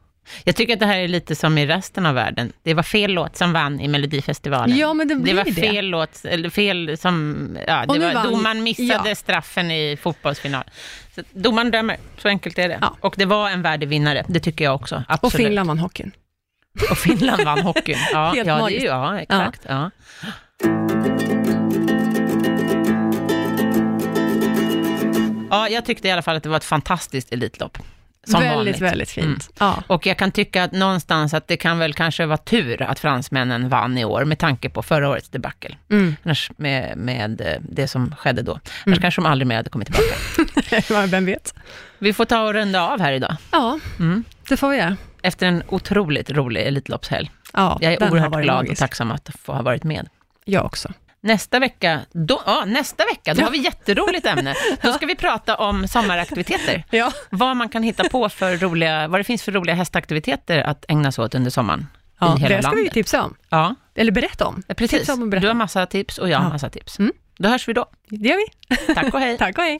Jag tycker att det här är lite som i resten av världen. Det var fel låt som vann i Melodifestivalen. Ja, men det blir det var det. fel låt, eller fel som, ja, det nu var, vann- domaren missade ja. straffen i fotbollsfinalen. Så att domaren dömer, så enkelt är det. Ja. Och det var en värdig vinnare, det tycker jag också. Och Absolut. Finland vann hockeyn. Och Finland vann hockeyn. Ja, Helt ja, det är magiskt. ju, ja exakt. Ja. Ja. jag tyckte i alla fall att det var ett fantastiskt Elitlopp. Som väldigt, vanligt. väldigt fint. Mm. Ja. Och jag kan tycka att någonstans att det kan väl kanske vara tur att fransmännen vann i år, med tanke på förra årets debacle. Mm. Annars med, med eh, det som skedde då. Annars kanske de aldrig mer hade kommit tillbaka. Vem vet? Vi får ta och runda av här idag. Ja, Mm. det får jag. Efter en otroligt rolig Elitloppshelg. Ja, Jag är den har oerhört varit glad och magisk. tacksam att få ha varit med. Jag också. Nästa vecka, då, ja, nästa vecka, då har vi ett jätteroligt ämne. Då ska vi prata om sommaraktiviteter. Ja. Vad man kan hitta på för roliga, vad det finns för roliga hästaktiviteter att ägna sig åt under sommaren Ja, i hela det ska vi landet. ju tipsa om. Ja, Eller berätta om. precis. Tipsa om och berätta. Du har massa tips och jag har Ja. massa tips. Mm. Då hörs vi då. Det gör vi. Tack och hej. Tack och hej.